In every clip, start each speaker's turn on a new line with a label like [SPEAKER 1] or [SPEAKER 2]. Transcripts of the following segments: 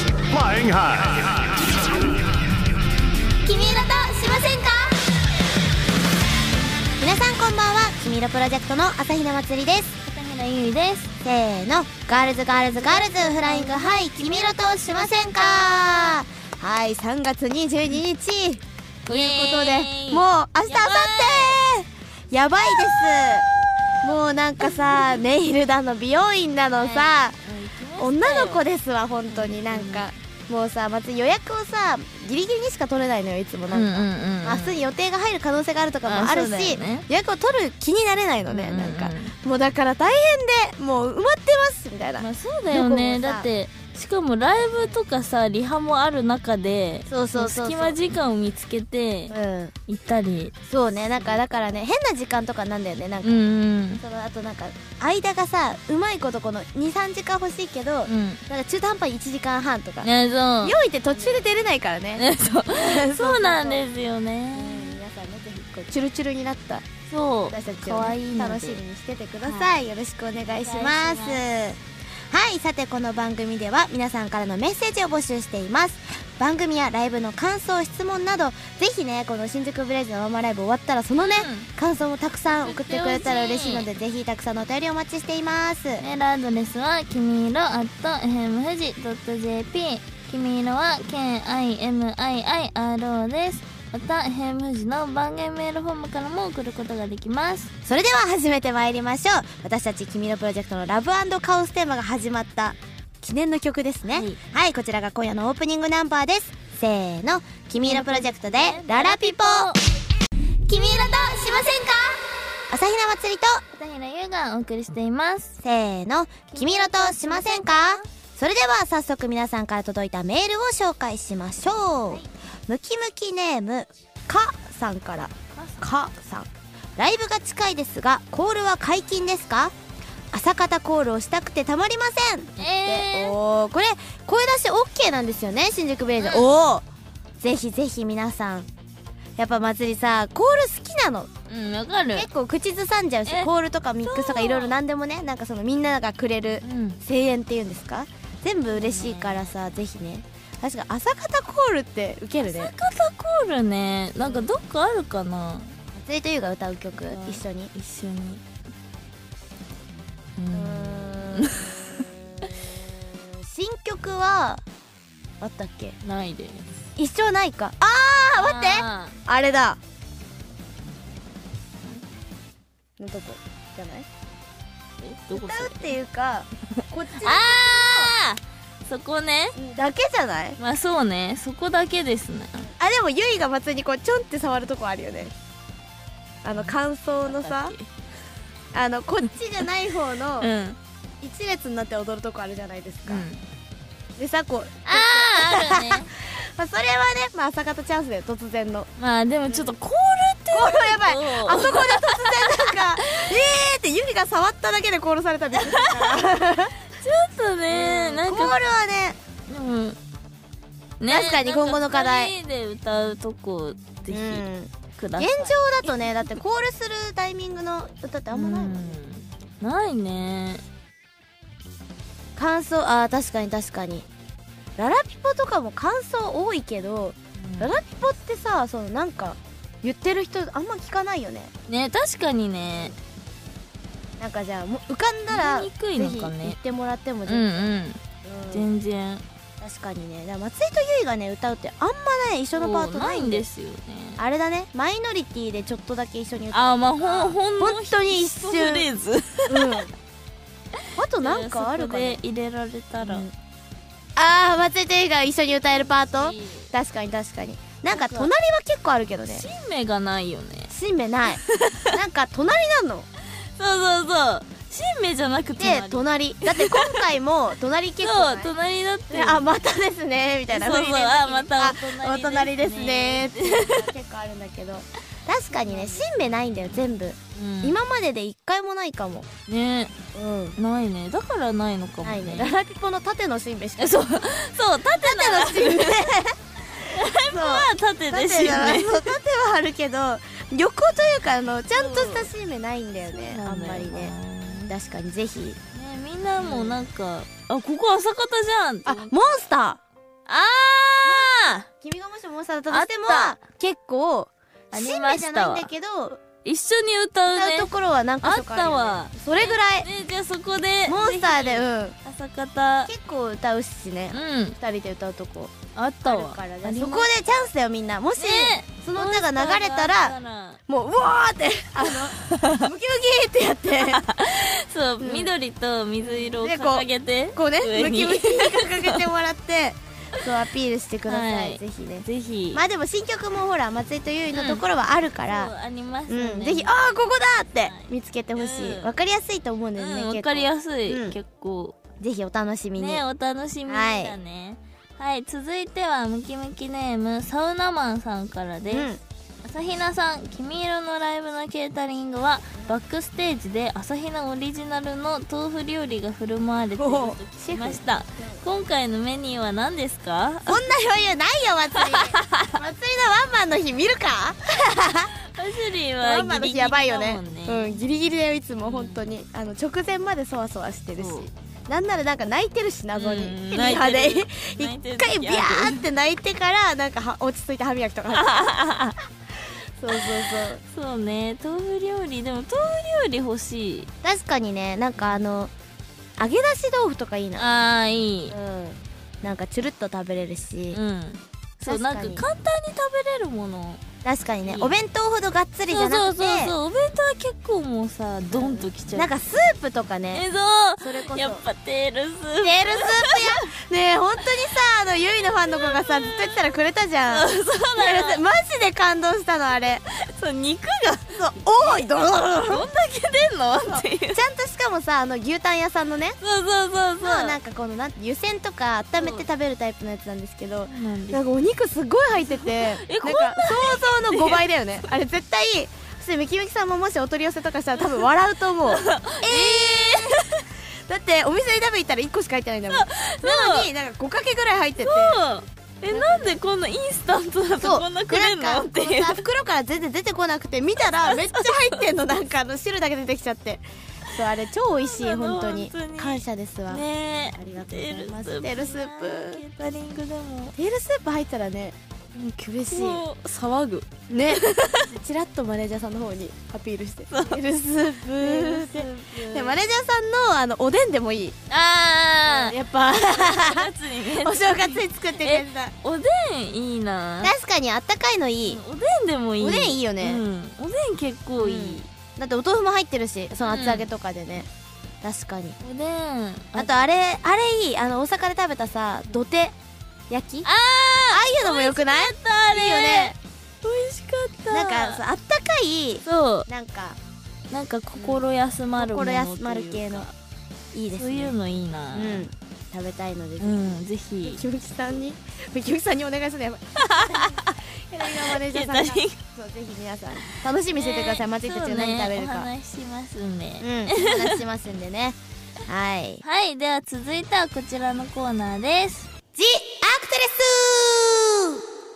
[SPEAKER 1] ンハ
[SPEAKER 2] 君色としませんか皆さんこんばんは君色プロジェクトの朝比奈まつりです片平ゆいですせーのガールズガールズガールズフライングはい君色としませんかはい3月22日ということでもう明日明後日やばいですもうなんか さネイルだの美容院だのさ女の子ですわ本当になんかもうさまず予約をさギリギリにしか取れないのよいつもなんか、まあ、普通に予定が入る可能性があるとかもある
[SPEAKER 3] あそう
[SPEAKER 2] し、
[SPEAKER 3] だよね
[SPEAKER 2] 予約を取る気になれないのね、
[SPEAKER 3] うんうんうん
[SPEAKER 2] なんかもうだから大変でもう埋まってますみたいな、
[SPEAKER 3] まあそうだよね
[SPEAKER 2] どこもさ
[SPEAKER 3] だってしかもライブとかさリハもある中で
[SPEAKER 2] そうそうそうそう
[SPEAKER 3] 隙間時間を見つけて
[SPEAKER 2] うん
[SPEAKER 3] 行ったり
[SPEAKER 2] そうねなんかだからね変な時間とかなんだよねなんか、
[SPEAKER 3] うんうん
[SPEAKER 2] そのあとなんか間がさうまいことこの23時間欲しいけど、
[SPEAKER 3] うん
[SPEAKER 2] なんか中途半端に1時間半とか、
[SPEAKER 3] ねそう
[SPEAKER 2] 用意って途中で出れないから ね
[SPEAKER 3] ねそうそうなん
[SPEAKER 2] す
[SPEAKER 3] ですよね
[SPEAKER 2] 皆さんねぜひこうチュルチュルになった
[SPEAKER 3] そう
[SPEAKER 2] 私たち
[SPEAKER 3] 可
[SPEAKER 2] を、
[SPEAKER 3] 愛い
[SPEAKER 2] ね、
[SPEAKER 3] ので
[SPEAKER 2] 楽しみにしててください、
[SPEAKER 3] は
[SPEAKER 2] よろしくお願いし
[SPEAKER 3] お
[SPEAKER 2] ま
[SPEAKER 3] 願い
[SPEAKER 2] す
[SPEAKER 3] します
[SPEAKER 2] はいさてこの番組では皆さんからのメッセージを募集しています番組やライブの感想質問などぜひねこの新宿ブレイズのワンマンライブ終わったらそのね、
[SPEAKER 3] う
[SPEAKER 2] 感想もたくさん送ってくれたら
[SPEAKER 3] 送っ
[SPEAKER 2] 嬉
[SPEAKER 3] てほし
[SPEAKER 2] しい
[SPEAKER 3] い
[SPEAKER 2] のでぜひたくさんのお便りお待ちしています
[SPEAKER 3] メールアドレスはきみいろ at fmfuji.jp きみいろは KIMIIRO ですまた FM 富士の番組メールフォームからも送ることができます
[SPEAKER 2] それでは始めてまいりましょう私たち君のプロジェクトのラブカオステーマが始まった記念の曲ですねは
[SPEAKER 3] はいい、
[SPEAKER 2] こちらが今夜のオープニングナンバーですせーの君のプロジェクトでララピポ君色としませんか朝比奈祭りと
[SPEAKER 3] 片平優がお送りしています
[SPEAKER 2] せーの君色としませんかそれでは早速皆さんから届いたメールを紹介しましょう、ムキムキネームかさんからかさんライブが近いですがコールは解禁ですか朝方コールをしたくてたまりません
[SPEAKER 3] え
[SPEAKER 2] で
[SPEAKER 3] ー、
[SPEAKER 2] おーこれ声出し OK なんですよね新宿ベレージ、おおぜひぜひ皆さんやっぱ祭りさコール好きなの
[SPEAKER 3] うんわかる
[SPEAKER 2] 結構口ずさんじゃうし
[SPEAKER 3] え
[SPEAKER 2] コールとかミックスとか
[SPEAKER 3] そう
[SPEAKER 2] いろいろ何でもねなんかそのみんながくれる
[SPEAKER 3] うん
[SPEAKER 2] 声援っていうんですか全部嬉しいからさぜひね確か朝方コールってウケるね
[SPEAKER 3] 朝方コールねなんかどっかあるかな
[SPEAKER 2] 祭りと優が歌う曲
[SPEAKER 3] うん
[SPEAKER 2] 一緒に
[SPEAKER 3] 一緒にうん
[SPEAKER 2] うーん 新曲はあったっけ
[SPEAKER 3] ないです
[SPEAKER 2] 一生ないかああ待って
[SPEAKER 3] あ
[SPEAKER 2] あれだのとこじゃない
[SPEAKER 3] ーえどこ
[SPEAKER 2] 歌う
[SPEAKER 3] そ
[SPEAKER 2] っ
[SPEAKER 3] れ
[SPEAKER 2] ていう かこっち
[SPEAKER 3] ああそこね
[SPEAKER 2] だけじゃない
[SPEAKER 3] まあそうねそこだけですね
[SPEAKER 2] あでもゆいが祭りにこうちょんって触るとこあるよねあの感想のさあのこっちじゃない方の
[SPEAKER 3] うん、うん、
[SPEAKER 2] 一列になって踊るとこあるじゃないですか、でさこう
[SPEAKER 3] あああるね
[SPEAKER 2] まあ、それはね、まあ、朝方チャンスだよ突然の
[SPEAKER 3] まあでもちょっとコールって
[SPEAKER 2] コールやばい
[SPEAKER 3] そう
[SPEAKER 2] あそこで突然なんか「えー!」ってゆりが触っただけでコールされたみたいな
[SPEAKER 3] ちょっとねなん
[SPEAKER 2] コ
[SPEAKER 3] か
[SPEAKER 2] ールはね
[SPEAKER 3] でもね
[SPEAKER 2] 確かに今後の課題
[SPEAKER 3] なんか二人で歌うとこぜひ
[SPEAKER 2] うん
[SPEAKER 3] ください、
[SPEAKER 2] 現状だとねだってコールするタイミングの歌ってあんまないもん、
[SPEAKER 3] うんないね
[SPEAKER 2] 感想あー確かに確かにララピポとかも感想多いけど、ララピポってさそのなんか言ってる人あんま聞かないよね
[SPEAKER 3] ね確かにね
[SPEAKER 2] なんかじゃあもう浮かんだら
[SPEAKER 3] 言いにくいのか
[SPEAKER 2] ぜ
[SPEAKER 3] ね
[SPEAKER 2] ひ言ってもらっても
[SPEAKER 3] うん
[SPEAKER 2] 全然、
[SPEAKER 3] うん
[SPEAKER 2] うん
[SPEAKER 3] 全然
[SPEAKER 2] 確かにねだから松井とゆいがね歌うってあんまね一緒のパートないんで
[SPEAKER 3] そうないんですよね
[SPEAKER 2] あれだねマイノリティでちょっとだけ一緒に歌う
[SPEAKER 3] あまあほんほんの
[SPEAKER 2] 本当に一瞬
[SPEAKER 3] 一フレーズ
[SPEAKER 2] うんあとなんかあるかな、
[SPEAKER 3] そこで入れられたら、
[SPEAKER 2] うんああ松井とゆいが一緒に歌えるパート
[SPEAKER 3] いい
[SPEAKER 2] 確かに確かになんか隣は結構あるけどね
[SPEAKER 3] 新芽がないよね
[SPEAKER 2] 新芽 ないなんか隣なの
[SPEAKER 3] そうそうそう新芽じゃなくて
[SPEAKER 2] で隣だって今回 も隣結構
[SPEAKER 3] そう
[SPEAKER 2] ない
[SPEAKER 3] 隣だって
[SPEAKER 2] であまたですねみたいな
[SPEAKER 3] そうそう
[SPEAKER 2] フリーレン
[SPEAKER 3] あまた
[SPEAKER 2] あお
[SPEAKER 3] お
[SPEAKER 2] 隣
[SPEAKER 3] 隣
[SPEAKER 2] で
[SPEAKER 3] ですす
[SPEAKER 2] ね
[SPEAKER 3] ね
[SPEAKER 2] っていうのが結構あるんだけど確かにね新芽ないんだよ全部、
[SPEAKER 3] うん
[SPEAKER 2] 今までで一回もないかも
[SPEAKER 3] ね
[SPEAKER 2] うん
[SPEAKER 3] ないねだからないのかも
[SPEAKER 2] ない
[SPEAKER 3] ね
[SPEAKER 2] ねララピポの縦の新芽しか
[SPEAKER 3] えそうそう縦なら
[SPEAKER 2] 縦の新 芽そう
[SPEAKER 3] は縦で
[SPEAKER 2] 縦
[SPEAKER 3] 新
[SPEAKER 2] じゃない
[SPEAKER 3] 芽
[SPEAKER 2] そう縦はあるけど横というかあのちゃんとした新芽ないんだよねあんまりね
[SPEAKER 3] ね
[SPEAKER 2] 確かにぜひ
[SPEAKER 3] みんなもなんかあここ朝方じゃんって
[SPEAKER 2] あ
[SPEAKER 3] 思って
[SPEAKER 2] モンスター
[SPEAKER 3] ああ
[SPEAKER 2] 君がもしモンスターだったとしても
[SPEAKER 3] あった結構あり
[SPEAKER 2] 新
[SPEAKER 3] ま
[SPEAKER 2] 芽じ
[SPEAKER 3] し
[SPEAKER 2] ゃ
[SPEAKER 3] た
[SPEAKER 2] ないん
[SPEAKER 3] わ
[SPEAKER 2] だけど
[SPEAKER 3] 一緒に歌う
[SPEAKER 2] 歌う
[SPEAKER 3] ね
[SPEAKER 2] ところは何か所かるよね
[SPEAKER 3] あったわ
[SPEAKER 2] それぐらい
[SPEAKER 3] ねじゃあそこで
[SPEAKER 2] モンスターでうん
[SPEAKER 3] 朝方
[SPEAKER 2] 結構歌うしね
[SPEAKER 3] うん
[SPEAKER 2] 二人で歌うとこ
[SPEAKER 3] あった
[SPEAKER 2] ある
[SPEAKER 3] わ
[SPEAKER 2] から
[SPEAKER 3] あ
[SPEAKER 2] ね
[SPEAKER 3] り
[SPEAKER 2] そ
[SPEAKER 3] ま
[SPEAKER 2] こでチャンスだよみんなもし
[SPEAKER 3] ね
[SPEAKER 2] その歌が流れたらもううわーってあの ムキムキってやって
[SPEAKER 3] そう、
[SPEAKER 2] うん
[SPEAKER 3] 緑と水色を
[SPEAKER 2] でこう
[SPEAKER 3] 掲げて
[SPEAKER 2] こうね
[SPEAKER 3] 上
[SPEAKER 2] ム
[SPEAKER 3] に
[SPEAKER 2] キムキに掲げてもらってそうアピールしてくださ
[SPEAKER 3] はい
[SPEAKER 2] いぜひね
[SPEAKER 3] ぜひ
[SPEAKER 2] まあでも新曲もほら松井とゆいのところはあるから、
[SPEAKER 3] そうあります
[SPEAKER 2] う
[SPEAKER 3] ね、
[SPEAKER 2] ん、ぜひ、ああ、ここだって
[SPEAKER 3] はい
[SPEAKER 2] 見つけてほしい。
[SPEAKER 3] うん
[SPEAKER 2] わかりやすいと思うん
[SPEAKER 3] う
[SPEAKER 2] だよね、
[SPEAKER 3] ん、
[SPEAKER 2] 結構
[SPEAKER 3] わかりやすい、
[SPEAKER 2] うん
[SPEAKER 3] 結構
[SPEAKER 2] ぜひお楽しみに。
[SPEAKER 3] ねお楽しみだねはい、続いてはムキムキネームサウナマンさんからです、
[SPEAKER 2] うん、
[SPEAKER 3] 朝比奈さん君色のライブのケータリングはバックステージで朝比奈オリジナルの豆腐料理が振る舞われている
[SPEAKER 2] お
[SPEAKER 3] と
[SPEAKER 2] お
[SPEAKER 3] 聞きました今回のメニューは何です か
[SPEAKER 2] こんな余裕ないよ、祭 り。祭りのワンマンの日見るか
[SPEAKER 3] アシュリー
[SPEAKER 2] ワ
[SPEAKER 3] は
[SPEAKER 2] ンマンの日
[SPEAKER 3] ギリギリだ
[SPEAKER 2] やばいよ
[SPEAKER 3] も
[SPEAKER 2] ね
[SPEAKER 3] んね。
[SPEAKER 2] うん、ギリギリだよ、いつも、本当に。あの、直前までそわそわしてるし
[SPEAKER 3] そう。
[SPEAKER 2] なんならなんか泣いてるし、謎に。
[SPEAKER 3] うん
[SPEAKER 2] リ
[SPEAKER 3] 泣い
[SPEAKER 2] ハで
[SPEAKER 3] てる。泣 い
[SPEAKER 2] 一
[SPEAKER 3] てる時あ
[SPEAKER 2] 回
[SPEAKER 3] る
[SPEAKER 2] ビャーって泣いてから、なんかは落ち着いて歯磨きとか 入って。そうそうそう。
[SPEAKER 3] そうね豆腐料理でも豆腐料理欲しい
[SPEAKER 2] 確かにね、なんかあの、揚げ出し豆腐とかいいな。
[SPEAKER 3] あーいい
[SPEAKER 2] うん、なんかチュルっと食べれるし、
[SPEAKER 3] うんそう
[SPEAKER 2] 確
[SPEAKER 3] なん
[SPEAKER 2] か
[SPEAKER 3] か
[SPEAKER 2] に
[SPEAKER 3] 簡単に食べれるもの
[SPEAKER 2] 確かにね
[SPEAKER 3] いい
[SPEAKER 2] お弁当ほどがっつりじ
[SPEAKER 3] そ
[SPEAKER 2] ゃ
[SPEAKER 3] うそう
[SPEAKER 2] なくて
[SPEAKER 3] そうそうお弁当は結構もうさドンときちゃう
[SPEAKER 2] なんかスープとかね
[SPEAKER 3] えそう
[SPEAKER 2] それこそ
[SPEAKER 3] やっぱテールスープ
[SPEAKER 2] テールスープやねえ本当にさあのゆいのファンの子がさずっと言ってたらくれたじゃんそうなのマジで感動したのあれ
[SPEAKER 3] そう肉が
[SPEAKER 2] そうおいどろどろ
[SPEAKER 3] どんだけ出んの っていう
[SPEAKER 2] ちゃんとしかもさあの牛タン屋さんのね
[SPEAKER 3] そうそうそうそう
[SPEAKER 2] のなんかこのなんて湯煎とか温めて食べるタイプのやつなんですけど
[SPEAKER 3] そうなんです
[SPEAKER 2] なんかお肉すごい入ってて
[SPEAKER 3] えこ
[SPEAKER 2] なんん
[SPEAKER 3] な
[SPEAKER 2] か想像の5倍だよねあれ絶対そしてムキムキさんももしお取り寄せとかしたら多分笑うと 思うえー、 だってお店で食べ行ったら1個しか入ってないんだ もんなのになんか5かけぐらい入ってて
[SPEAKER 3] そうえなんでこんなインスタントだとこんなくれん
[SPEAKER 2] でな
[SPEAKER 3] のっ
[SPEAKER 2] ん
[SPEAKER 3] て
[SPEAKER 2] かこ
[SPEAKER 3] い
[SPEAKER 2] の
[SPEAKER 3] う
[SPEAKER 2] さ袋から全然出てこなくて見たらめっちゃ入ってんのなんかあの汁だけ出てきちゃってそうあれ超美味しい
[SPEAKER 3] そうなの
[SPEAKER 2] 本当に
[SPEAKER 3] 本当に
[SPEAKER 2] 感謝ですわ、
[SPEAKER 3] ねえ
[SPEAKER 2] ありがとうございます
[SPEAKER 3] テールス
[SPEAKER 2] テー
[SPEAKER 3] ー
[SPEAKER 2] ルスー
[SPEAKER 3] プ
[SPEAKER 2] プ
[SPEAKER 3] ケータリングでも
[SPEAKER 2] テールスープ入ったらね嬉しい
[SPEAKER 3] もう騒ぐ
[SPEAKER 2] ねちらっとマネージャーさんの方にアピールして「 エルスープ」ってでマネージャーさんのあのおでんでもいい
[SPEAKER 3] ああ
[SPEAKER 2] やっ ぱ
[SPEAKER 3] 夏にね
[SPEAKER 2] お正月に作ってくれた
[SPEAKER 3] おでんいいな
[SPEAKER 2] 確かにあったかいのいい
[SPEAKER 3] おでんでもいい
[SPEAKER 2] おでんいいよね
[SPEAKER 3] うんおでん結構いい
[SPEAKER 2] だってお豆腐も入ってるしその厚揚げとかでね、確かに
[SPEAKER 3] おでん
[SPEAKER 2] あとあれあれいいあの大阪で食べたさ土手焼きあああいうのもよくない
[SPEAKER 3] あったあれ
[SPEAKER 2] いいよね
[SPEAKER 3] 美味しかった
[SPEAKER 2] なんかそうあったかい
[SPEAKER 3] そ
[SPEAKER 2] なんか
[SPEAKER 3] うなんか心休まるもの
[SPEAKER 2] 心休まる
[SPEAKER 3] とい
[SPEAKER 2] 系
[SPEAKER 3] うか
[SPEAKER 2] のいいですね
[SPEAKER 3] そういうのいいな
[SPEAKER 2] うん食べたいので
[SPEAKER 3] うんぜひ
[SPEAKER 2] キムチさんにキムチさんにお願いするのやばいケラリのマネージャーさんが
[SPEAKER 3] ケ
[SPEAKER 2] そう
[SPEAKER 3] ラリ
[SPEAKER 2] ぜひ皆さん楽しみにしててください松井たちが何食べる
[SPEAKER 3] そうねお
[SPEAKER 2] か、
[SPEAKER 3] 話ししますね
[SPEAKER 2] うんお話ししますんでね はい
[SPEAKER 3] はいでは続いてはこちらのコーナーです
[SPEAKER 2] 「ジ・アクトレス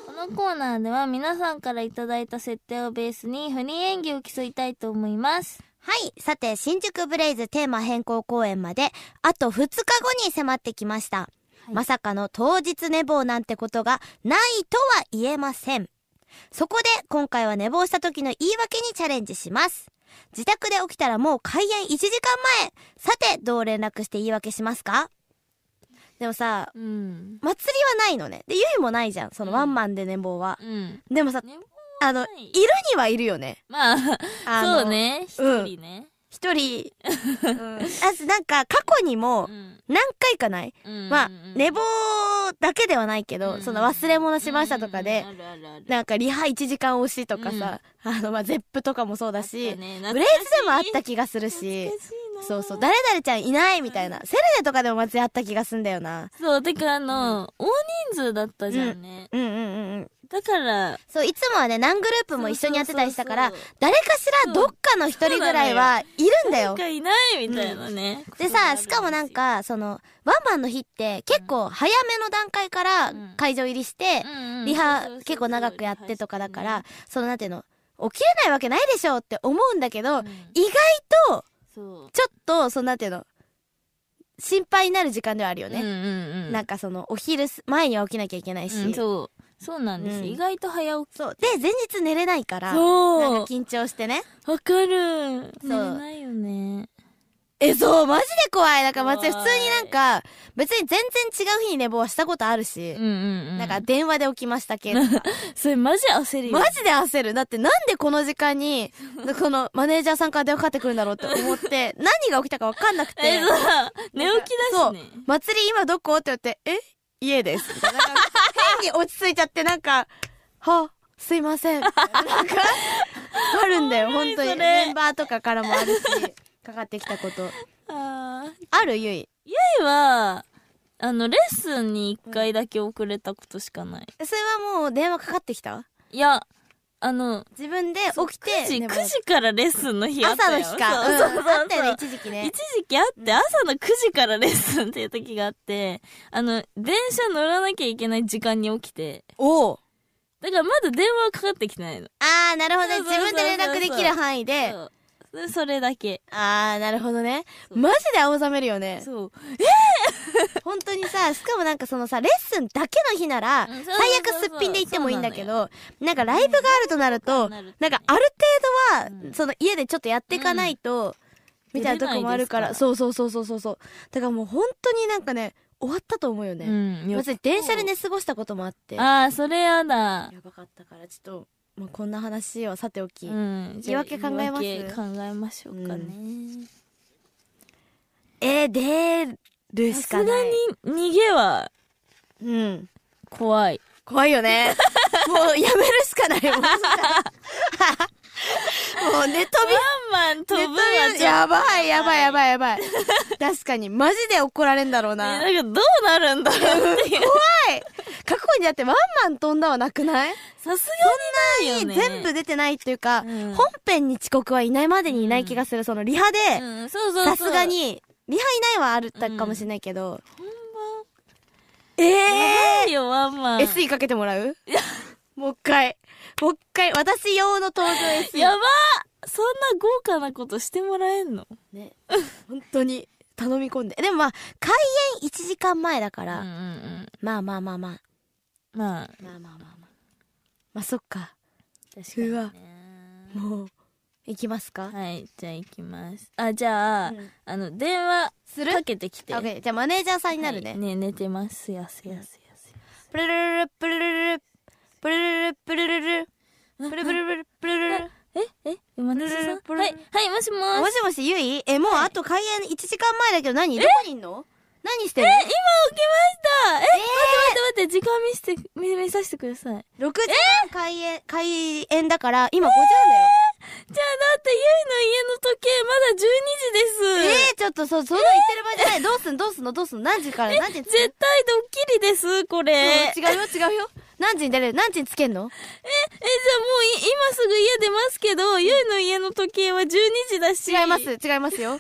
[SPEAKER 3] このコーナーでは皆さんからいただいた設定をベースに不倫演技を競いたいと思います」
[SPEAKER 2] はいさて新宿ブレイズテーマ変更公演まであと2日後に迫ってきました、
[SPEAKER 3] い
[SPEAKER 2] まさかの当日寝坊なんてことがないとは言えませんそこで今回は寝坊した時の言い訳にチャレンジします自宅で起きたらもう開演1時間前さてどう連絡して言い訳しますかでもさ
[SPEAKER 3] うん
[SPEAKER 2] 祭りはないのねでゆいもないじゃんそのワンマンで寝坊は、
[SPEAKER 3] うん
[SPEAKER 2] でもさ
[SPEAKER 3] ね
[SPEAKER 2] あのい
[SPEAKER 3] い
[SPEAKER 2] るにはいるよね
[SPEAKER 3] まあ
[SPEAKER 2] あの
[SPEAKER 3] そうね一
[SPEAKER 2] うん
[SPEAKER 3] 人ね
[SPEAKER 2] 一人、うん、あとなんか過去にも
[SPEAKER 3] うん
[SPEAKER 2] 何回かない、
[SPEAKER 3] うん
[SPEAKER 2] まあ
[SPEAKER 3] うん
[SPEAKER 2] 寝坊だけではないけど、
[SPEAKER 3] うん
[SPEAKER 2] その忘れ物しましたとかで、
[SPEAKER 3] うんうんうんあるあるある
[SPEAKER 2] なんかリハ1時間押しとかさ、あのまあゼップとかもそうだし、
[SPEAKER 3] あったね
[SPEAKER 2] ブレイズでもあった気がするし
[SPEAKER 3] 懐かしいな
[SPEAKER 2] そうそう誰々ちゃんいないみたいな、セレネとかでも祭りあった気がすんだよな
[SPEAKER 3] そうてかあの、大人数だったじゃんね、
[SPEAKER 2] うんうんうんうん
[SPEAKER 3] だから
[SPEAKER 2] そういつもはね何グループも一緒にやってたりしたから
[SPEAKER 3] そうそうそう
[SPEAKER 2] 誰かしらどっかの一人ぐらいはいるんだよ
[SPEAKER 3] 誰かいないみたいなね、
[SPEAKER 2] でさしかもなんかそのワンマンの日って結構早めの段階から
[SPEAKER 3] ん
[SPEAKER 2] 会場入りして、
[SPEAKER 3] うんうん
[SPEAKER 2] リ
[SPEAKER 3] そう
[SPEAKER 2] ハ
[SPEAKER 3] そうそう
[SPEAKER 2] 結構長くやってとかだから、そのなんていうの起きれないわけないでしょうって思うんだけど、
[SPEAKER 3] ん
[SPEAKER 2] 意外と
[SPEAKER 3] そう
[SPEAKER 2] ちょっとそのなんていうの心配になる時間ではあるよ
[SPEAKER 3] うんう
[SPEAKER 2] ね、
[SPEAKER 3] んうん
[SPEAKER 2] なんかそのお昼す前には起きなきゃいけないし、
[SPEAKER 3] うんそうそうなんです、
[SPEAKER 2] うん
[SPEAKER 3] 意外と早起き
[SPEAKER 2] そうで前日寝れないからなんか
[SPEAKER 3] そう
[SPEAKER 2] 緊張してね
[SPEAKER 3] わかる
[SPEAKER 2] そう
[SPEAKER 3] 寝れないよね
[SPEAKER 2] えそうマジで怖いだから松井普
[SPEAKER 3] 怖い
[SPEAKER 2] 通になんか別に全然違う日に寝坊はしたことあるし、
[SPEAKER 3] うんうんうん
[SPEAKER 2] なんか電話で起きましたけど
[SPEAKER 3] それマジ焦 るよ
[SPEAKER 2] マジで焦るだってなんでこの時間にこのマネージャーさんから電話かかってくるんだろうって思って 何が起きたか分かんなくて
[SPEAKER 3] えさ寝起きだしね
[SPEAKER 2] そう祭り今どこって言ってえ家ですみたいななんか変に落ち着いちゃってなんかはすいませんみたいななんかあるん だよ本当に
[SPEAKER 3] それ
[SPEAKER 2] メンバーとかからもあるしかかってきたこと
[SPEAKER 3] あー
[SPEAKER 2] あるゆい
[SPEAKER 3] 前はあのレッスンに1回だけ遅れたことしかない
[SPEAKER 2] それはもう電話かかってきた
[SPEAKER 3] いやあの
[SPEAKER 2] 自分で起きて
[SPEAKER 3] 9時
[SPEAKER 2] でも
[SPEAKER 3] 9時からレッスンの日あった
[SPEAKER 2] 朝
[SPEAKER 3] よ
[SPEAKER 2] の日か
[SPEAKER 3] そうそうそううんそう
[SPEAKER 2] あったよね一時期ね
[SPEAKER 3] 一時期あって朝の9時からレッスンっていう時があってあの電車乗らなきゃいけない時間に起きて
[SPEAKER 2] おお
[SPEAKER 3] だからまだ電話はかかってきてないの
[SPEAKER 2] あーなるほどね
[SPEAKER 3] そう
[SPEAKER 2] 自
[SPEAKER 3] そうそうそう
[SPEAKER 2] 分で連絡できる範囲で
[SPEAKER 3] そうでそれだけ
[SPEAKER 2] あーなるほどねマジで青ざめるよね
[SPEAKER 3] そう
[SPEAKER 2] 本当にさしかもなんかそのさレッスンだけの日なら
[SPEAKER 3] う
[SPEAKER 2] 最
[SPEAKER 3] んそうそうそう
[SPEAKER 2] 悪すっぴんで行ってもいいんだけ
[SPEAKER 3] そ
[SPEAKER 2] どなんかライブがあるとなると
[SPEAKER 3] うん
[SPEAKER 2] な
[SPEAKER 3] なんる
[SPEAKER 2] か
[SPEAKER 3] とね
[SPEAKER 2] ある程度
[SPEAKER 3] う
[SPEAKER 2] は
[SPEAKER 3] ん
[SPEAKER 2] その家でちょっとやっていかないとみたいなとこもあるから
[SPEAKER 3] 出れないです
[SPEAKER 2] そうそうそうそうそうそうだからもう本当になんかね終わったと思うよ
[SPEAKER 3] う
[SPEAKER 2] ね
[SPEAKER 3] んよ
[SPEAKER 2] まず電車で寝過ごしたこともあってや
[SPEAKER 3] ああそれやだ
[SPEAKER 2] ばかったからちょっとまあこんな話はさておき
[SPEAKER 3] うん
[SPEAKER 2] 言い訳考えます
[SPEAKER 3] 言い訳考えましょうかね、
[SPEAKER 2] うえー出る
[SPEAKER 3] さ
[SPEAKER 2] し
[SPEAKER 3] す
[SPEAKER 2] か
[SPEAKER 3] が
[SPEAKER 2] ない
[SPEAKER 3] に逃げは
[SPEAKER 2] うん
[SPEAKER 3] 怖い
[SPEAKER 2] 怖いよね。 もうやめるしかない。 もうもう寝飛び、
[SPEAKER 3] ワンマン飛ぶは
[SPEAKER 2] 寝飛びやばい、やばい、やばい、やばい。確かに、マジで怒られんだろうな。
[SPEAKER 3] ねなんかどうなるんだろう っていう
[SPEAKER 2] 怖い過去にだってワンマン飛んだはなくない
[SPEAKER 3] さすがにないよね
[SPEAKER 2] 全部出てないっていうか、
[SPEAKER 3] うん
[SPEAKER 2] 本編に遅刻はいないまでにいない気がする。そのリハで、
[SPEAKER 3] うんそうそうそう
[SPEAKER 2] さすがに、リハいないはあるったかもしれないけど。え
[SPEAKER 3] や
[SPEAKER 2] え
[SPEAKER 3] ばいよワンマン
[SPEAKER 2] SE かけてもらうもう一回。もう一回。私用の登場 SE。
[SPEAKER 3] やばそんな豪華なことしてもらえんの
[SPEAKER 2] ね本当に頼み込んででもまあ開演1時間前だか
[SPEAKER 3] うん
[SPEAKER 2] ら、
[SPEAKER 3] うんうん
[SPEAKER 2] まあまあまあまあ
[SPEAKER 3] まあ
[SPEAKER 2] まあまあまあまあまあそっか
[SPEAKER 3] 確かにね
[SPEAKER 2] うわもう行きますか、
[SPEAKER 3] はいじゃあ行きますあじゃあ、
[SPEAKER 2] うん
[SPEAKER 3] あの電話
[SPEAKER 2] する
[SPEAKER 3] かけてきて
[SPEAKER 2] あ OK じゃあマネージャーさんになるね、
[SPEAKER 3] はいね寝てますやすやすやす
[SPEAKER 2] プルルルルプルルルルプルルルルプルルルルプルルルルプルルルル
[SPEAKER 3] ええ今田さん
[SPEAKER 2] プルルル
[SPEAKER 3] はいはいもしも
[SPEAKER 2] も
[SPEAKER 3] し
[SPEAKER 2] しもしゆいえもうあと開演1時間前だけど何どこにいんの何してる
[SPEAKER 3] え今起きましたえ、待って待って待って時間見せて見見させてくださいじゃあだっ
[SPEAKER 2] 6時半開演開演だから今5時半だよ
[SPEAKER 3] てゆいの家の時計まだ12時です
[SPEAKER 2] ええちょっとそ、そんな言ってる場合じゃない。どうすんどうすんのどうすんの何時から何時につけ
[SPEAKER 3] 絶
[SPEAKER 2] ん
[SPEAKER 3] 対ドッキリですこれえじゃあもうい
[SPEAKER 2] の違うよ違うよ。何時に出れる何時につけんの
[SPEAKER 3] 今すぐ家出ますけどゆいの家の時計は12時だし
[SPEAKER 2] 違います、
[SPEAKER 3] 12時で
[SPEAKER 2] 違いますよ。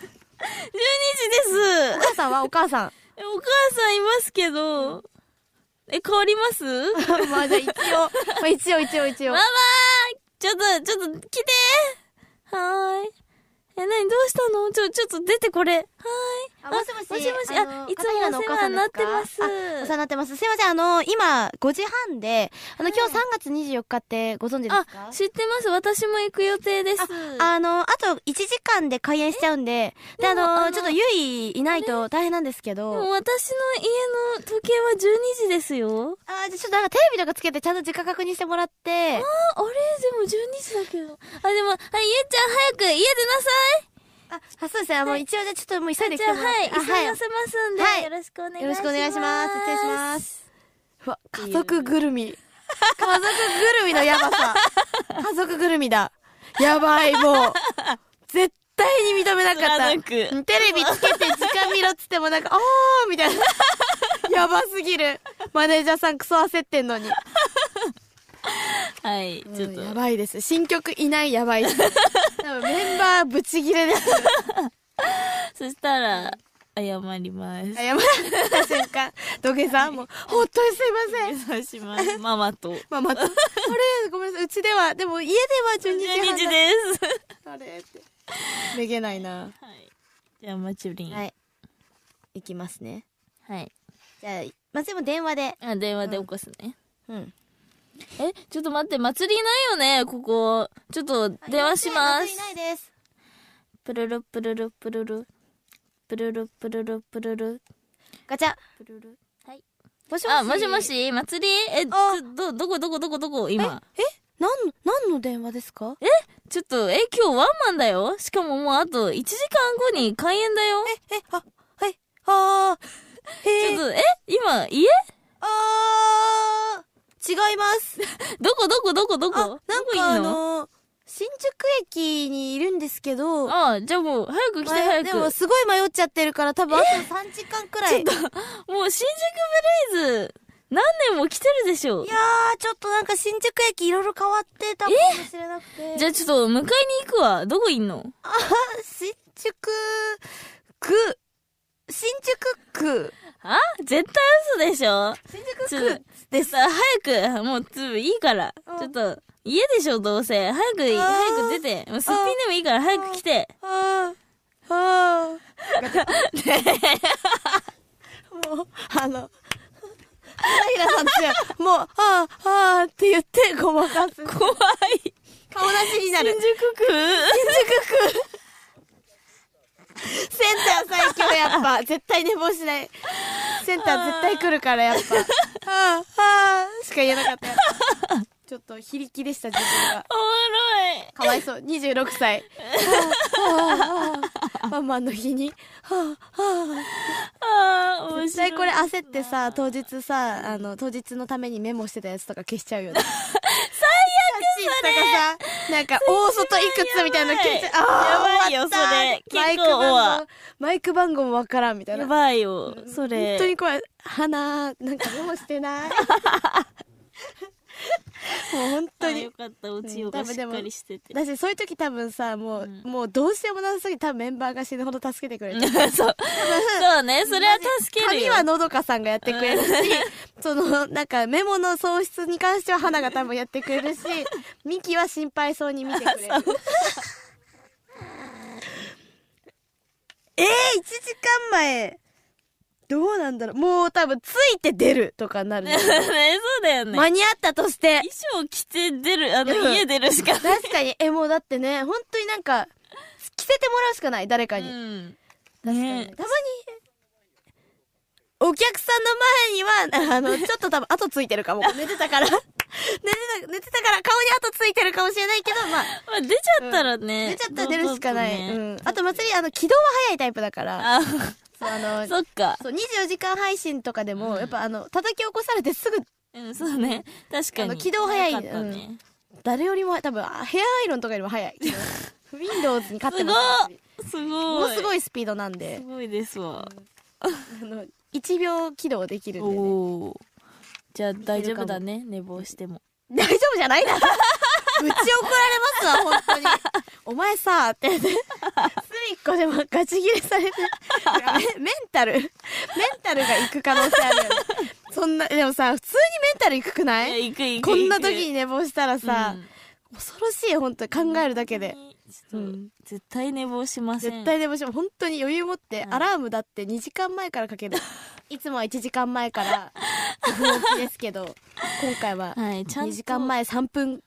[SPEAKER 2] お
[SPEAKER 3] す
[SPEAKER 2] 母さんはお母さん。
[SPEAKER 3] えお母さんいますけどえ変わりますマ
[SPEAKER 2] まあじゃあ一応、まあ一応一応一応
[SPEAKER 3] マ。ちょっとちょっと来てはーいえ何どうしたのちょちょっと出てこれはーい
[SPEAKER 2] あもしもし、
[SPEAKER 3] もしもし
[SPEAKER 2] あの
[SPEAKER 3] あいつも
[SPEAKER 2] 片平のお母さんですかあお
[SPEAKER 3] お世話になってます
[SPEAKER 2] 世話になってます。すいません、あの、今、5時半で、あの、今日3月24日ってご存知ですか
[SPEAKER 3] あ、知ってます。私も行く予定です。
[SPEAKER 2] あの、あと1時間で開演しちゃうんで、で、あ
[SPEAKER 3] でもあ
[SPEAKER 2] の、
[SPEAKER 3] の
[SPEAKER 2] ちょっとゆいいないと大変なんですけど。
[SPEAKER 3] でも私の家の時計は12時ですよ。
[SPEAKER 2] あー、じゃあちょっとなんかテレビとかつけてちゃんと時間確認してもらって。
[SPEAKER 3] あ、あれでも12時だけど。あ、でも、はい、ゆうちゃん早く家出なさ
[SPEAKER 2] あ、あそうですね。あの、一応じゃあちょっともう急い
[SPEAKER 3] い
[SPEAKER 2] で来
[SPEAKER 3] じ
[SPEAKER 2] て
[SPEAKER 3] ゃ
[SPEAKER 2] も
[SPEAKER 3] あ、
[SPEAKER 2] らっ
[SPEAKER 3] はい、
[SPEAKER 2] て。あ
[SPEAKER 3] 急がせますんで、
[SPEAKER 2] はい
[SPEAKER 3] よろしくお願いします。。
[SPEAKER 2] よろしくお願いします。失礼しますす。うわ、家族ぐる み。家族ぐるみのやばさ。家族ぐるみだ。やばい、もう。絶対に認めなかった。
[SPEAKER 3] 貫く
[SPEAKER 2] うんテレビつけて時間見ろっつってもなんか、あーみたいな。やばすぎる。マネージャーさんクソ焦ってんのに。
[SPEAKER 3] はい、ちょっ
[SPEAKER 2] うんや
[SPEAKER 3] と。
[SPEAKER 2] ばいです新曲いないや ばいです多分メンバーブチギレです
[SPEAKER 3] そしたら、謝ります。
[SPEAKER 2] 謝られた瞬間土下座もう本当にすいません
[SPEAKER 3] そうします。ママ と。
[SPEAKER 2] まあ またあれごめんなさいうちではでも家では12時半
[SPEAKER 3] 12時
[SPEAKER 2] だ
[SPEAKER 3] です。
[SPEAKER 2] あれってめげないな
[SPEAKER 3] はい。じゃあ、まちゅりん。
[SPEAKER 2] はいいきますね
[SPEAKER 3] はい
[SPEAKER 2] じゃあまずでも電話で
[SPEAKER 3] あ電話で起こすね、
[SPEAKER 2] うん
[SPEAKER 3] えちょっと待って祭りないよねここちょっと電話しま
[SPEAKER 2] 祭り
[SPEAKER 3] す
[SPEAKER 2] ないです
[SPEAKER 3] プルルプルルプルルプルルプルルプルル
[SPEAKER 2] ガチャ
[SPEAKER 3] プルルはい
[SPEAKER 2] もしもし
[SPEAKER 3] あもしもし祭りえち
[SPEAKER 2] あ
[SPEAKER 3] ょどどこどこどこどこ今
[SPEAKER 2] え何何の電話ですかえ
[SPEAKER 3] ちょっとえ今日ワンマンだよしかももうあと1時間後に開演だよ
[SPEAKER 2] えあはいあー
[SPEAKER 3] ち
[SPEAKER 2] へ
[SPEAKER 3] ょっ
[SPEAKER 2] ー
[SPEAKER 3] とえ今家
[SPEAKER 2] あー違います
[SPEAKER 3] どこどこどこどこ
[SPEAKER 2] あなんか
[SPEAKER 3] どこい
[SPEAKER 2] あ
[SPEAKER 3] んの
[SPEAKER 2] の新宿駅にいるんですけど
[SPEAKER 3] あじゃあもう早く来て
[SPEAKER 2] まあ
[SPEAKER 3] 早
[SPEAKER 2] で
[SPEAKER 3] く
[SPEAKER 2] もすごい迷っちゃってるから多分あと3時間くらいいやー
[SPEAKER 3] もう新宿ブレイズ何年も来てるでしょ
[SPEAKER 2] ちょっとなんか新宿駅いろいろ変わってたかもしれなくて
[SPEAKER 3] じゃあちょっと迎えに行くわどこいんの
[SPEAKER 2] あ新宿区新宿区
[SPEAKER 3] あ絶対嘘でしょ
[SPEAKER 2] 新
[SPEAKER 3] ち
[SPEAKER 2] 宿
[SPEAKER 3] ょっ
[SPEAKER 2] 区
[SPEAKER 3] とでさ早くもうついいから
[SPEAKER 2] うん
[SPEAKER 3] ちょっと家でしょどうせ早く
[SPEAKER 2] ん
[SPEAKER 3] 早く出てもうすっぴんでもいいから早く来て
[SPEAKER 2] あーあー もうあの平さんってもうあああーって言ってごまかす
[SPEAKER 3] 怖い
[SPEAKER 2] 顔なしにな
[SPEAKER 3] 新
[SPEAKER 2] る
[SPEAKER 3] 宿区
[SPEAKER 2] センター最強やっ ぱ絶対寝坊しないセンター絶対来るからやっ ぱ「はあはあ」しか言えなかったやっ ぱちょっと非力でした自分が
[SPEAKER 3] おもろい
[SPEAKER 2] かわいそう26歳は あはあはあワンマンの日に「はあは
[SPEAKER 3] あー
[SPEAKER 2] あ」
[SPEAKER 3] 面
[SPEAKER 2] 絶
[SPEAKER 3] 白い
[SPEAKER 2] 対これ焦ってさ当日さあの当日のためにメモしてたやつとか消しちゃう よね最悪それなんか大外いくつみたいなの消しちゃうあー
[SPEAKER 3] やばいよ
[SPEAKER 2] 終わった
[SPEAKER 3] それ結
[SPEAKER 2] マ
[SPEAKER 3] 構
[SPEAKER 2] イク番
[SPEAKER 3] オア
[SPEAKER 2] 号マイク番号もわからんみたいな
[SPEAKER 3] やばいよそれ
[SPEAKER 2] 本当に怖い鼻なんかメモして ないもう本当
[SPEAKER 3] あー
[SPEAKER 2] に
[SPEAKER 3] よかったおちよがしっかりしてて、
[SPEAKER 2] だしそういう時多分さもう、
[SPEAKER 3] ん
[SPEAKER 2] もうどうしようもなさすぎて多分メンバーが死ぬほど助けてくれる
[SPEAKER 3] そうそうねそれは助ける
[SPEAKER 2] 髪
[SPEAKER 3] よ
[SPEAKER 2] はのどかさんがやってくれるし、そのなんかメモの喪失に関しては花が多分やってくれ るしミキは心配そうに見てくれるえー、1時間前どうなんだろうもう多分ついて出るとかにな る、
[SPEAKER 3] ねそうだよね
[SPEAKER 2] 間に合ったと して
[SPEAKER 3] 衣装着て出るあの
[SPEAKER 2] うん
[SPEAKER 3] 家出るしかない、
[SPEAKER 2] 確かにえもうだってね本当になんか着せてもらうしかない誰か
[SPEAKER 3] う
[SPEAKER 2] に、
[SPEAKER 3] ん、
[SPEAKER 2] 確かに
[SPEAKER 3] ね
[SPEAKER 2] たまにお客さんの前には あのちょっと多分後ついてるかも寝てたから寝てた寝てたから顔に後ついてるかもしれないけどまあ
[SPEAKER 3] まあ、出ちゃったらね、
[SPEAKER 2] 寝ちゃったら出るしかない、
[SPEAKER 3] どう
[SPEAKER 2] う
[SPEAKER 3] ぞね
[SPEAKER 2] ん、あと祭りあの軌道は早いタイプだから
[SPEAKER 3] あ
[SPEAKER 2] そうあの
[SPEAKER 3] そっか
[SPEAKER 2] そう24時間配信とかでも、やっぱあの叩き起こされてすぐ
[SPEAKER 3] うんそうね確か
[SPEAKER 2] あの
[SPEAKER 3] に
[SPEAKER 2] 軌道早い
[SPEAKER 3] よかったね、
[SPEAKER 2] 誰よりも多分あヘアアイロンとかよりも早 い Windows に勝って
[SPEAKER 3] すご
[SPEAKER 2] ます
[SPEAKER 3] い
[SPEAKER 2] 私
[SPEAKER 3] すごい
[SPEAKER 2] ものす
[SPEAKER 3] い
[SPEAKER 2] ごいスピードなんです
[SPEAKER 3] ごいですわ、
[SPEAKER 2] あの1秒起動できるん
[SPEAKER 3] お
[SPEAKER 2] で、ね、
[SPEAKER 3] おーじゃあ大丈夫だね寝坊しても
[SPEAKER 2] 大丈夫じゃない なぶち怒られますわ本当にお前さって言って隅っこでもガチギレ されてメメンタルメンタルが行く可能性あるよねそんなでもさ普通にメンタル行くくない
[SPEAKER 3] や
[SPEAKER 2] い
[SPEAKER 3] 行く行く
[SPEAKER 2] こんな
[SPEAKER 3] 行く
[SPEAKER 2] 時に寝坊したらさ、恐ろしい本当に考えるだけで、
[SPEAKER 3] ち
[SPEAKER 2] う
[SPEAKER 3] ょっと
[SPEAKER 2] ん
[SPEAKER 3] 絶対寝坊しません
[SPEAKER 2] 絶対でもしも本当に余裕持って、
[SPEAKER 3] ん
[SPEAKER 2] アラームだって2時間前からか けるいつもは1時間前から不起きですけど今回は
[SPEAKER 3] はいちゃんと
[SPEAKER 2] 2時間前3分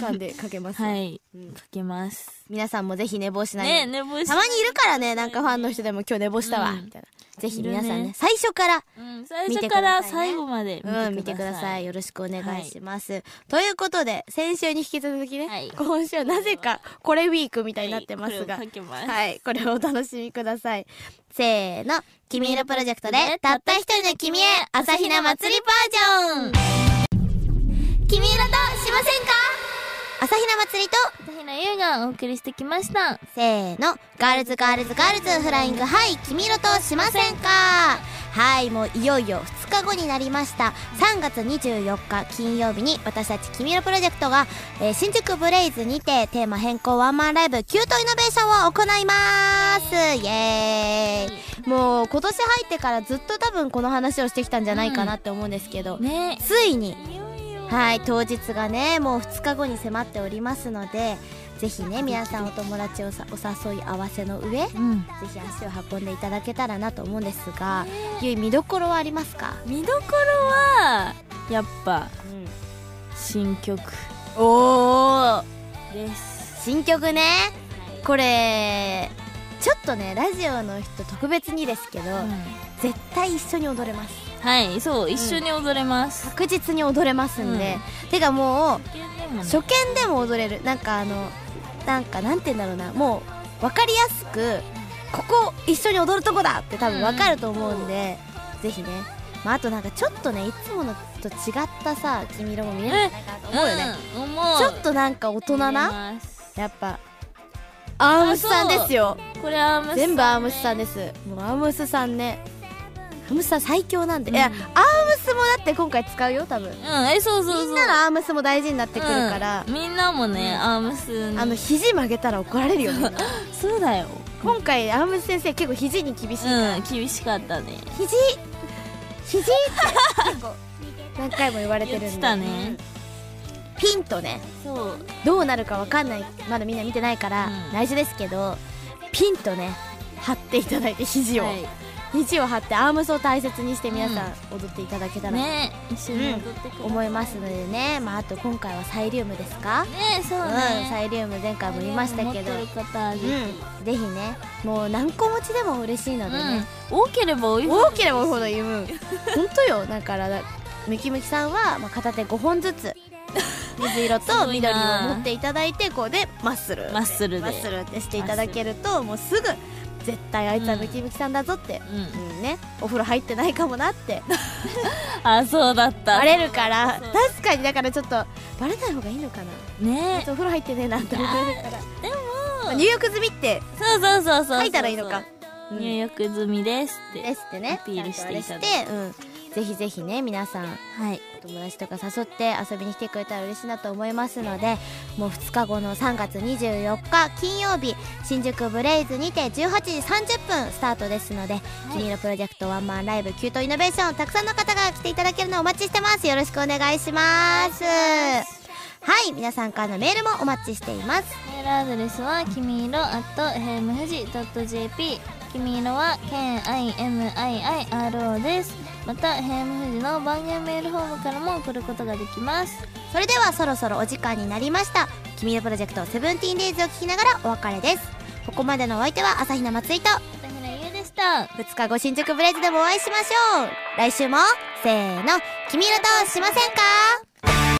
[SPEAKER 2] 間でかけます、
[SPEAKER 3] はい、
[SPEAKER 2] うん
[SPEAKER 3] かけます
[SPEAKER 2] 皆さんもぜひ寝坊しないよう
[SPEAKER 3] ね
[SPEAKER 2] に
[SPEAKER 3] 寝坊し
[SPEAKER 2] たまにいるからねなんかファンの人でも今日寝坊したわ、
[SPEAKER 3] うん
[SPEAKER 2] みたいなぜひ皆さん
[SPEAKER 3] い
[SPEAKER 2] ね
[SPEAKER 3] るね
[SPEAKER 2] 最初から
[SPEAKER 3] うん、最初から最後まで
[SPEAKER 2] うん、見てください。よろしくお願いします。ということで、先週に引き続きね、
[SPEAKER 3] はい
[SPEAKER 2] 今週はなぜかこれウィークみたいになってますが、
[SPEAKER 3] はいこれをかけます
[SPEAKER 2] はい、これをお楽しみください。せーの、君色プロジェクトで、たった一人の君へ、朝比奈祭りバージョン
[SPEAKER 4] 君色としませんか
[SPEAKER 2] 朝比奈祭りと、
[SPEAKER 3] 朝比奈優がお送りしてきました。
[SPEAKER 2] せーの、ガールズガールズガールズフライング、はい、君色としませんかはい、もういよいよ2日後になりました。3月24日金曜日に私たち君色プロジェクトが、えー新宿ブレイズにてテーマ変更ワンマンライブキュートイノベーションを行いますイエーイもう今年入ってからずっと多分この話をしてきたんじゃないかなって思うんですけど、
[SPEAKER 3] ね。
[SPEAKER 2] ついに
[SPEAKER 3] いよいよ。
[SPEAKER 2] はい当日がねもう2日後に迫っておりますのでぜひね皆さんお友達をさお誘い合わせの上、
[SPEAKER 3] うん
[SPEAKER 2] ぜひ足を運んでいただけたらなと思うんですが、ゆい見どころはありますか、
[SPEAKER 3] 見どころはやっぱ新曲おおです
[SPEAKER 2] 新曲ねこれちょっとねラジオの人特別にですけど、絶対一緒に踊れます
[SPEAKER 3] はいそう一緒に踊れます、
[SPEAKER 2] 確実に踊れますんで、てかもう初
[SPEAKER 3] 初
[SPEAKER 2] 見でも踊れるなんかあのなんかなんて言うんだろうなもう分かりやすくここ一緒に踊るとこだって多分分かると思うんで、ぜひね、まあ、あとなんかちょっとねいつものと違ったさ「君色」も見れるんじゃないかなと思うよね、、
[SPEAKER 3] うん、思う
[SPEAKER 2] ちょっとなんか大人な
[SPEAKER 3] 思います
[SPEAKER 2] やっぱアームスさんですよ
[SPEAKER 3] これアームスさん
[SPEAKER 2] 全部アームスさんですもうアームスさんねアームスさん最強なんで、いやアームスもだって今回使うよ多分
[SPEAKER 3] うんえそうそうそう
[SPEAKER 2] みんなのアームスも大事になってくるから、
[SPEAKER 3] うんみんなもねアームスに
[SPEAKER 2] あの肘曲げたら怒られるよみんな
[SPEAKER 3] そうだよ
[SPEAKER 2] 今回アームス先生結構肘に厳しいから、
[SPEAKER 3] うん厳しかったね
[SPEAKER 2] 肘肘って結構何回も言われてるんで
[SPEAKER 3] 言ってたね
[SPEAKER 2] ピンとね
[SPEAKER 3] そう
[SPEAKER 2] どうなるかわかんないまだみんな見てないから、
[SPEAKER 3] うん
[SPEAKER 2] 内緒ですけどピンとね張っていただいて肘を、
[SPEAKER 3] はい
[SPEAKER 2] 肘を張ってアームスを大切にして皆さん踊っていただけたら、
[SPEAKER 3] ね一緒に踊ってくれる、
[SPEAKER 2] 思いますのでね、まあ、あと今回はサイリウムですか、
[SPEAKER 3] ねそう
[SPEAKER 2] うん、
[SPEAKER 3] ね、
[SPEAKER 2] サイリウム前回も言いましたけど、
[SPEAKER 3] 持ってる方はぜひ
[SPEAKER 2] うん、ぜひねもう何個持ちでも嬉しいのでね、
[SPEAKER 3] うん、多ければ多いほど
[SPEAKER 2] 多ければ多いほど言ううん本当よだからだムキムキさんは、まあ、片手5本ず つ水色
[SPEAKER 3] す
[SPEAKER 2] と
[SPEAKER 3] ごい
[SPEAKER 2] 緑を
[SPEAKER 3] な
[SPEAKER 2] 持っていただいてこうでマッスル
[SPEAKER 3] マッスルで
[SPEAKER 2] マッスルってしていただけるともうすぐ絶対あいつはムキムキさんだぞって、
[SPEAKER 3] う
[SPEAKER 2] うんね、お風呂入ってないかもなって
[SPEAKER 3] ん、あそうだった
[SPEAKER 2] バレるから
[SPEAKER 3] そう
[SPEAKER 2] 確かにだからちょっとバレない方がいいのかなあい
[SPEAKER 3] ね
[SPEAKER 2] つお風呂入ってねえなって思われる から
[SPEAKER 3] でも
[SPEAKER 2] まあ入浴済みって
[SPEAKER 3] そうそうそうそう
[SPEAKER 2] 書いたらいいのかうん
[SPEAKER 3] 入浴済みですって
[SPEAKER 2] ですってね
[SPEAKER 3] アピールしていただいて
[SPEAKER 2] ちゃんとあれしてうん、ぜひぜひね皆さん
[SPEAKER 3] はい
[SPEAKER 2] お友達とか誘って遊びに来てくれたら嬉しいなと思いますのでもう2日後の3月24日金曜日新宿ブレイズにて18時30分スタートですので「君のプロジェクトワンマンライブキュートイノベーション」たくさんの方が来ていただけるのをお待ちしてますよろしくお願いしますはい皆さんからのメールもお待ちしています
[SPEAKER 4] メールアドレスはきみいろ at h e m f u j i .jp きみいろは KIMIIRO ですまた h e m f u j i の番組メールフォームからも送ることができます
[SPEAKER 2] それではそろそろお時間になりました君のプロジェクトセブンティーンデイズを聞きながらお別れですここまでのお相手は朝比奈まつりと
[SPEAKER 4] 片平優でした
[SPEAKER 2] 2日後新宿ブレイズでもお会いしましょう来週もせーの君色としませんか